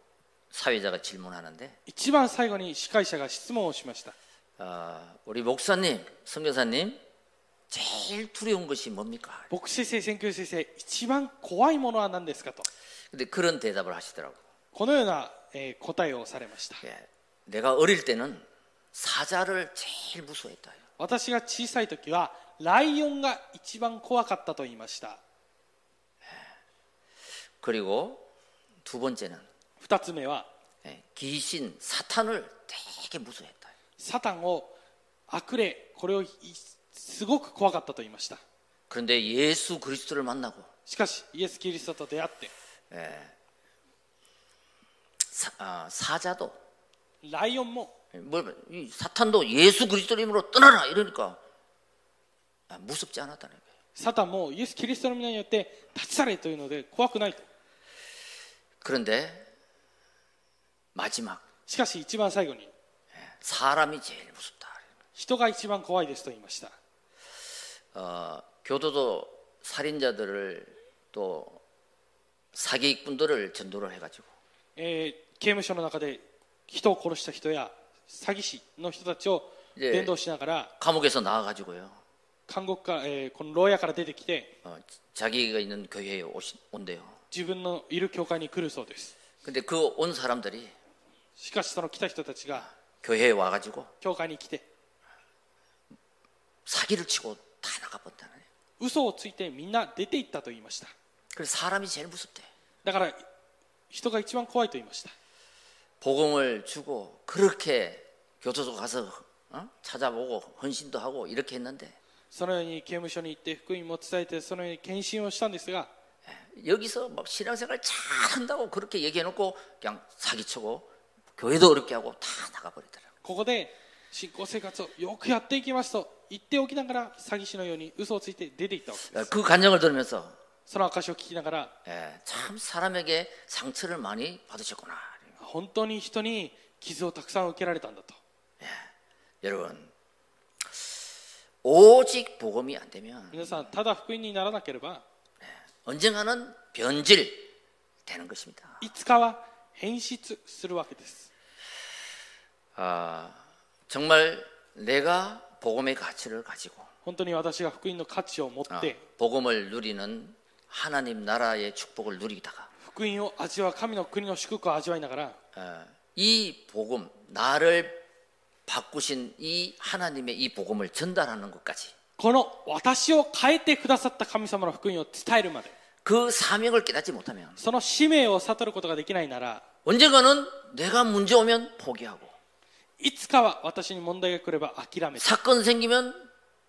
사회자가 질문하는데 一番最後に司会者が質問をしました 아, 우리 목사님, 선교사님 제일 두려운 것이 뭡니까? 牧師生宣教師生一番怖いものは何ですかと 근데 그런 대답을 하시더라고. このような、えー答えをされました 예, 내가 어릴 때는 사자를 제일 무서워했다. 私が小さい時はライオンが一番怖かったと言いました 그리고 두 번째는 2つ目は 예, 귀신 사탄을 되게 무서워했다. サタンを悪霊これをいすごく怖かったと言いました 그런데 예수 그리스도를 만나고 しかしイエス・キリストと出会って 사, 아, 사자도 ライオンも 뭘이 사탄도 예수 그리스도 의 이름으로 떠나라 이러니까 아, 무섭지 않았다는 거예요. サタンもイエス・キリストの皆によって立ち去れというので怖くないと 그런데 마지막 しかし一番最後に 사람이 제일 무섭다. 人が一番怖いですと言いました 어, 교도도 살인자들을 또 사기꾼들을 전도를 해가지고 えー刑務所の中で人を殺した人や詐欺師の人たちをで伝道しながら 감옥에서 나와가지고요. 監獄から、えーこの牢屋から出てきて 어, 자기가 있는 교회에 오신, 온대요. 自分のいる教会に来るそうです 근데 그 온 사람들이 しかしその来た人たちが 교회에 와가지고 教会に来て 사기를 치고 다 나가버렸다는 거예요. 嘘をついてみんな出て行ったと言いました 그래서 사람이 제일 무섭대. だから人が一番怖いと言いました 복음을 주고 그렇게 교도소 가서 어? 찾아보고 헌신도 하고 이렇게 했는데 そのように刑務所に行って福音も伝えてそのように献身をしたんですが 여기서 막 신앙생활 잘한다고 그렇게 얘기해놓고 그냥 사기치고 교회도 어렵게 하고 다 나가버리더라고. ここで信仰生活をよくやっていきますと言っておきながら詐欺師のように嘘をついて出て行ったわけです 그 간증을 들으면서 その証しを聞きながら 예, 참 사람에게 상처를 많이 받으셨구나. 本当に人に傷をたくさん受けられたんだと 여러분 오직 복음이 안 되면 皆さんただ福音にならなければ 언젠가는 변질 되는 것입니다. いつかは変質するわけです 아, 정말 내가 복음의 가치를 가지고 本当に私が福音の価値を持っ 아, て 복음을 누리는 하나님 나라의 축복을 누리다가 福音を味わう神の国の祝福を味わいながら 어, 이 복음 나를 바꾸신 이 하나님의 이 복음을 전달하는 것까지 この私を変えてくださった神様の福音を伝えるまで 그 사명을 깨닫지 못하면 その使命を悟ることができないなら 언젠가는 내가 문제 오면 포기하고 いつかは私に問題が来れば諦めて 사건 생기면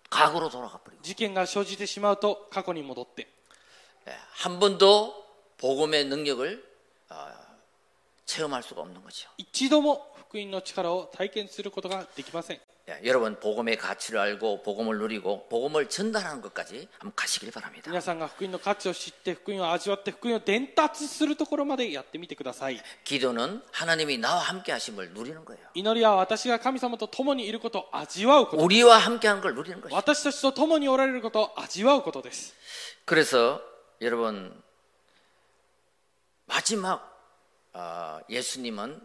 과거로 돌아가 버리고 事件が生じてしまうと過去に戻って 예, 한 번도 복음의 능력을 어, 체험할 수가 없는 거죠. 一度も福音の力を体験することができません 예, 여러분 복음의 가치를 알고 복음을 누리고 복음을 전달하는 것까지 한번 가시길 바랍니다. 皆さんが福音の価値を知って福音を味わって福音を伝達するところまでやってみてください 기도는 하나님이 나와 함께 하심을 누리는 거예요. 祈りは私が神様と共にいることを味わうこと 우리와 함께 하는 걸 누리는 거예요. 私たちと共におられることを味わうことです 그래서 여러분 마지막 아, 예수님은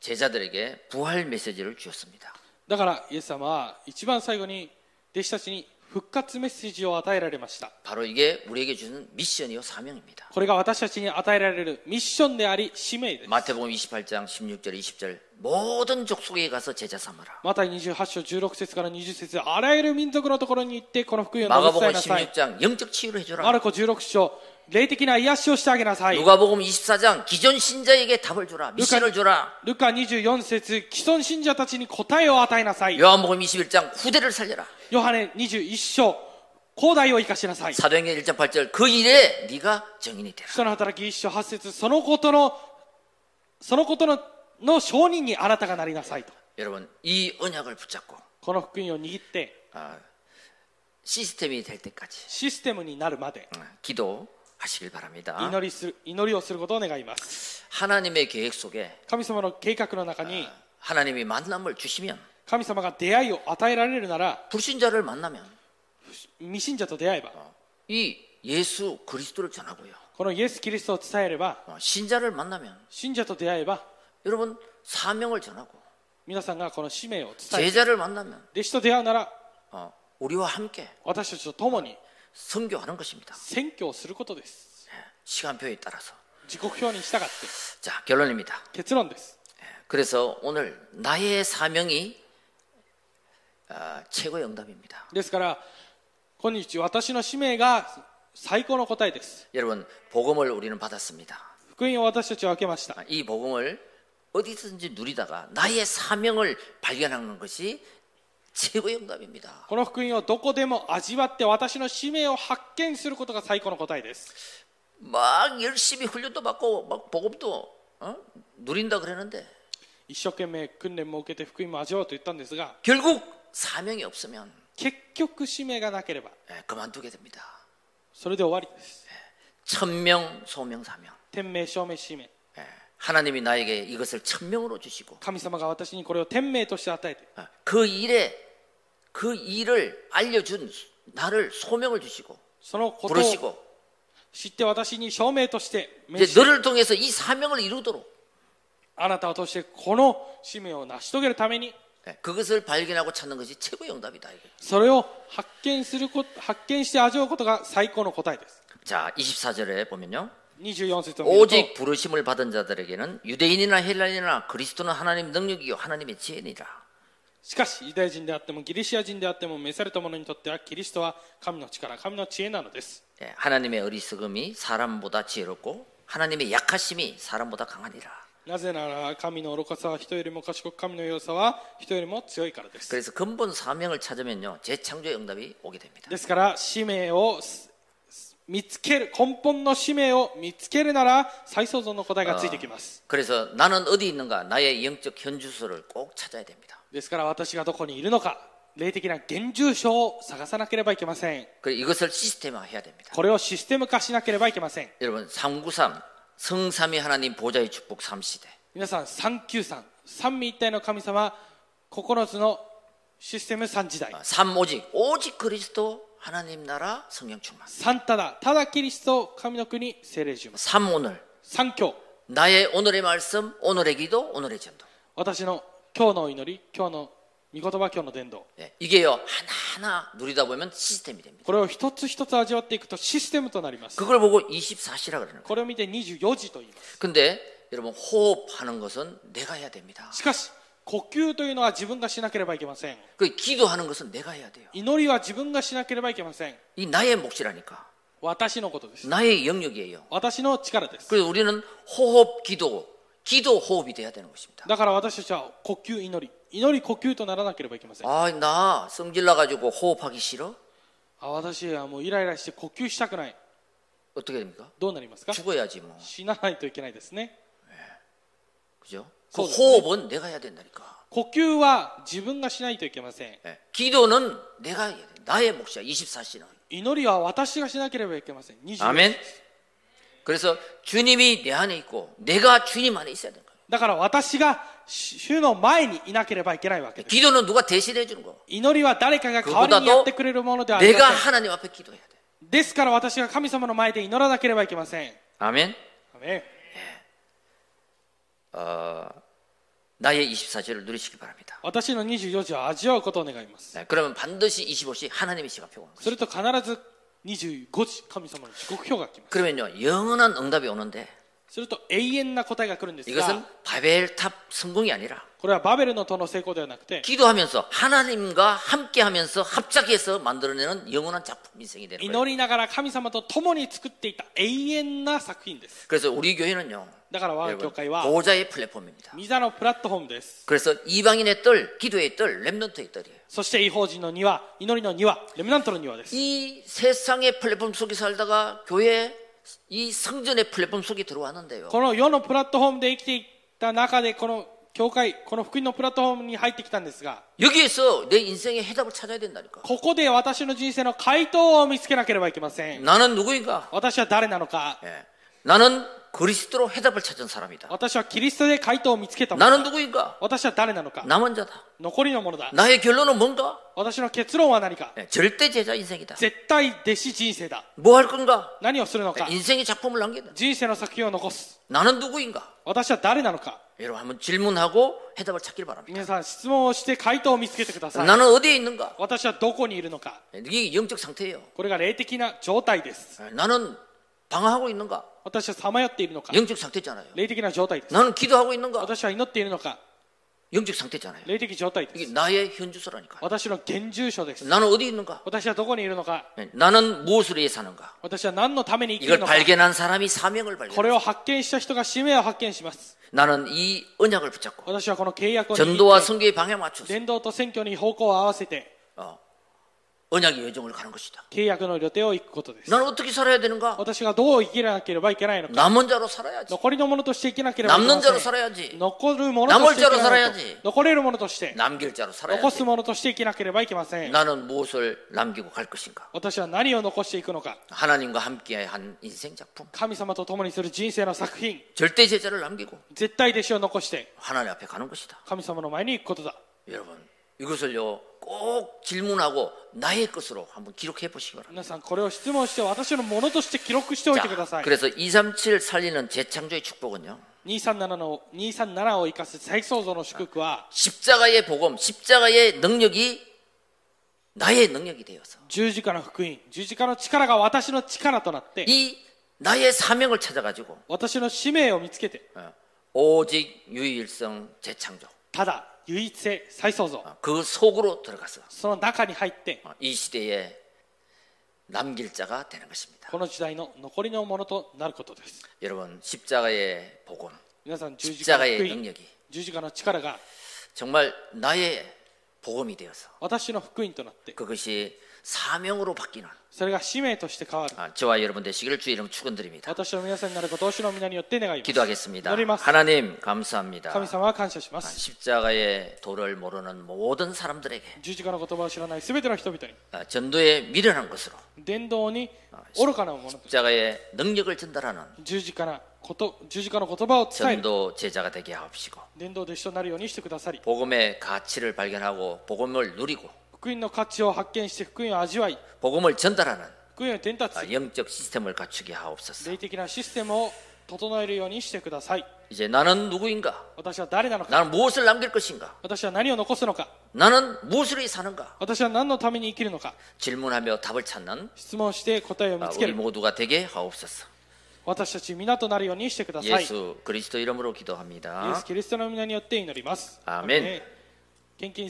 제자들에게 부활 메시지를 주셨습니다. だからイエス様は一番最後に弟子たちに復活メッセージを与えられました 바로 이게 우리에게 주는 미션이요 사명입니다. これが私たちに与えられるミッションであり使命です 마태복음 28장 16절 20절 모든 족속에 가서 제자 삼아라. マタイ28章16節から20節あらゆる民族のところに行ってこの福音を述 마가복음 べ伝えなさい 16장 영적 치유를 해줘라. マルコ16章霊的な癒しをしてあげなさい 누가복음 24장 기존 신자에게 답을 주라. 미션을 주라. ルカ24節既存信者たちに答えを与えなさい 요한복음 21장 후대를 살려라. ヨハネ21章広大を生かしなさい 사도행전 1장 8절 그 일에 네가 정인이 되라. 人の働き一章8節そのことのそのことのの証人にあなたがなりなさいと 여러분 이 언약을 붙잡고 この福音を握って 시스템이 될 때까지 システムになるまで 기도 하시길 바랍니다. 祈りする祈りをすることを願います 하나님의 계획 속에 神様の計画の中に 하나님이 만남을 주시면 神様が出会いを与えられるなら 불신자를 만나면 未信者と出会えば 이 예수 그리스도를 전하고요. このイエス・キリストを伝えれば 어, 신자를 만나면 信者と出会えば 여러분 사명을 전하고 皆さんがこの使命を伝え 제자를 만나면 弟子と出会うなら 어, 우리와 함께 私たちと共に 선교하는 것입니다. 選挙をすることです 예, 시간표에 따라서. 時刻表に従って 자 결론입니다. 예, 結論です 그래서 오늘 나의 사명이 아, 최고의 응답입니다. ですから今日私の使命が最高の答えです 여러분 복음을 우리는 받았습니다. 福音を私たちは受けました 아, 이 복음을 어디든지 누리다가 나의 사명을 발견하는 것이 최고의 응답입니다. この福音をどこでも味わって私の使命を発見することが最高の答えです 막 열심히 훈련도 받고 막 복음도 어? 누린다 그러는데 一生懸命訓練も受けて福音も味わおうと言ったんですが 결국 사명이 없으면 結局使命がなければ 예, 그만두게 됩니다. それで終わりです 천명 소명 사명. 天命証明使命 예, 하나님이 나에게 이것을 천명으로 주시고 神様が私にこれを天命として与えて 어, 그 일에 그 일을 알려준 나를 소명을 주시고 そのことを 부르시고 知って私に証明として命 이제 し 너를 통해서 이 사명을 이루도록 あなたを通してこの使命を成し遂げるために 예, 그것을 발견하고 찾는 것이 최고의 응답이다. 이게. それを発見すること発見して味わうことが最高の答えです 자 24절에 보면요. 24節を見ると 오직 부르심을 받은 자들에게는 유대인이나 헬라인이나 그리스도는 하나님 능력이요 하나님의 지혜니라. しかしユダヤ人であってもギリシア人であっても召された者にとってはキリストは神の力神の知恵なのです 예, 하나님의 어리석음이 사람보다 지혜롭고 하나님의 약하심이 사람보다 강하니라. なぜなら神の愚かさは人よりも賢く神の良さは人よりも強いからです 그래서 근본 사명을 찾으면요 재창조의 응답이 오게 됩니다. ですから使命をすす見つける根本の使命を見つけるなら再創造の答えがついてきます 그래서 나는 어디 있는가 나의 영적 현주소를 꼭 찾아야 됩니다. ですから私がどこにいるのか霊的な現住所を探さなければいけません 그리고 이것을 시스템화해야 됩니다. これをシステム化しなければいけません 여러분 393 성삼위 하나님 보좌의 축복 3시대 皆さん393三位一体の神様9つのシステム3時代 3오직 오직 그리스도 하나님ナラ 성령 충만 3ただただキリスト神の国聖霊十万3 오늘 3今日 나의 오늘의 말씀 오늘의 기도 오늘의 전도 私の今日のお祈り今日の御言葉今日の伝道 예, 이게요 하나하나 누리다 보면 시스템이 됩니다. これを一つ一つ味わっていくとシステムとなります 그걸 보고 24시라 그러는 거예요. これを見て24時と言います 근데 여러분 호흡하는 것은 내가 해야 됩니다. しかし呼吸というのは自分がしなければいけません 그 기도하는 것은 내가 해야 돼요. 祈りは自分がしなければいけません 이 나의 몫이라니까. 私のことです 나의 영역이에요. 私の力です 그래서 우리는 호흡 기도, 기도 호흡이 돼야 되는 것입니다. だから私たちは呼吸祈り祈り呼吸とならなければいけません 아, 나 성질 나가지고 호흡하기 싫어? あ私はもうイライラして呼吸したくない 어떻게 됩니까? どうなりますか 죽어야지 뭐. 死なないといけないですね 그죠? 그 그렇죠. 호흡은 내가 해야 된다니까. 呼吸は自分がしないといけません 예. 기도는 내가 해야 돼. 나의 몫이야. 24시는. 祈りは私がしなければいけません24 아멘. 그래서 주님이 내 안에 있고 내가 주님 안에 있어야 되는 거예요. だから私が主の前にいなければいけないわけです 기도는 누가 대신해 주는 거. 祈りは誰かが代わりにやってくれるものではありま 내가 せん 하나님 앞에 기도해야 돼. ですから私が神様の前で祈らなければいけません 아멘. アメン 어, 나의 24시를 누리시기 바랍니다. 私の24時を味わうことを願います 네, 그러면 반드시 25시 하나님의 시간표가 오는 거예요. すると必ず25時神様の時刻表が来ます 그러면요 영원한 응답이 오는데 すると永遠な答えが来るんですが 이것은 바벨탑 성공이 아니라 これはバベルの塔の成功ではなくて 기도하면서 하나님과 함께하면서 합작해서 만들어내는 영원한 작품 인생이 되는 거예요. 祈りながら神様と共に作っていた永遠な作品です 그래서 우리 교회는요 だから我が教 여러분, 会は 보좌의 플랫폼입니다. 御座のプラットフォームです 그래서 이방인의 뜰, 기도의 뜰, 렘넌트의 뜰이에요. そして違法人の庭祈りの庭レムナントの庭です 이 세상의 플랫폼 속에 살다가 교회 이 성전의 플랫폼 속에 들어왔는데요. この世のプラットフォームで生きていった中でこの教会この福音のプラットフォームに入ってきたんですが 여기에서 내 인생의 해답을 찾아야 된다니까. ここで私の人生の回答を見つけなければいけません 나는 누구인가? 私は誰なのか 예. 나는 그리스도로 해답을 찾은 사람이다. 私はキリストで回答を見つけたもの 나는 だ 누구인가? 私は誰なのか 나 혼자다. 残りのものだ 나의 결론은 뭔가? 私の結論は何か 예, 절대 제자 인생이다. 絶対弟子人生だ 뭐 할 건가? 何をするのか 인생의 작품을 남긴다. 人生の作品を残す 나는 누구인가? 私は誰なのか 여러분 한번 질문하고 해답을 찾길 바랍니다. 皆さん質問をして回答を見つけてください 나는 어디에 있는가? 私はどこにいるのか 이게 영적 상태예요. これが霊的な状態です。 예, 나는 방황하고 있는가? 私はさまよっているのか 영적 상태잖아요. 霊的な状態です。 나는 기도하고 있는가? 私は祈っているのか 영적 상태잖아요. 霊的状態で 이게 す。 나의 현주소라니까. 私の現住所です。 나는 어디 있는가? 私はどこにいるのか 예, 나는 무엇을 위해 사는가? 私は何のために生きる 이걸 のか 발견한 사람이 사명을 こ 발견. れを発見した人が使命を発見します。 나는 이 언약을 붙잡고 私はこの契約を握 전도와 って 선교의 방향 맞춰서 伝道と選挙に方向を合わせて 어, 언약의 여정을 가는 것이다. 契約の予定を行くことです。 나는 어떻게 살아야 되는가? 私がどう生きなければいけないのか 남은 자로 살아야지. 残りのものとして生きなければいけま 남는 せ 자로 ん 살아야지. 残るものとして生남きな을 자로 ければ 살아야지 残れるものとして 남길 자로 残す 살아야지. ものとして生きなければいけません。 나는 무엇을 남기고 갈 것인가? 私は何を残していくのか 하나님과 함께한 인생 작품. 神様と共にする人生の作品 절대 제자를 남기고 絶対弟子を残して 하나님 앞에 가는 것이다. 神様の前に行くことだ 여러분 이것을요 꼭 질문하고 나의 것으로 한번 기록해 보시기 바랍니다. 皆さんこれを質問して私のものとして記録しておいてくださ 자, い 그래서 237 살리는 재창조의 축복은요. 237の237を生かす再創造の祝福は 십자가의 복음, 십자가의 능력이 나의 능력이 되어서 十字架の福音十字架の力が私の力となって 이 나의 사명을 찾아가지고 私の使命を見つけて 어, 오직 유일성 재창조 ただ唯一性再創造 어, 그 속으로 들어가서 その中に入って 어, 이 시대에 남길 자가 되는 것입니다. この時代の残りのものとなることです 여러분 십자가의 복음, 皆さん十字架の 십자가의 福音그 능력이 十字架の力が 정말 나의 복음이 되어서 私の福音となって 그것이 사명으로 바뀌는 それが使命として変わる 아, 저와 여러분 되시기를 주의 이름 축원드립니다. 私の皆さんになることを主の皆によって願います。 기도하겠습니다. 노리마스. 하나님 감사합니다. 神様は感謝します。 십자가의 도를 모르는 모든 사람들에게 十字架の言葉を知らない全ての人々に、 아, 전도에 미련한 것으로 伝道に愚かなものと、 십자가의 능력을 전달하는 十字架なこと、十字架の言葉を伝える、 전도 제자가 되게 하옵시고 伝道弟子となるようにしてくださり、 복음의 가치를 발견하고 복음을 누리고 福音の価値を発見して福音を味わい、 복음을 전달하는 福音を伝達 아, する、 영적 시스템을 갖추게 하옵소서. 霊的なシステムを整えるようにしてください。 이제 나는 누구인가? 私は誰なのか、 나는 무엇을 남길 것인가? 私は何を残すのか、 나는 무엇을 위해 사는가? 私は何のために生きるのか、 질문하며 답을 찾는 質問して答えを 아, 見つけ 우리 る、 모두가 되게 하옵소서. 私たち皆となるようにしてください。 예수 그리스도 이름으로 イエ 기도합니다. ス・キリストの皆によって祈ります。アーメンー献金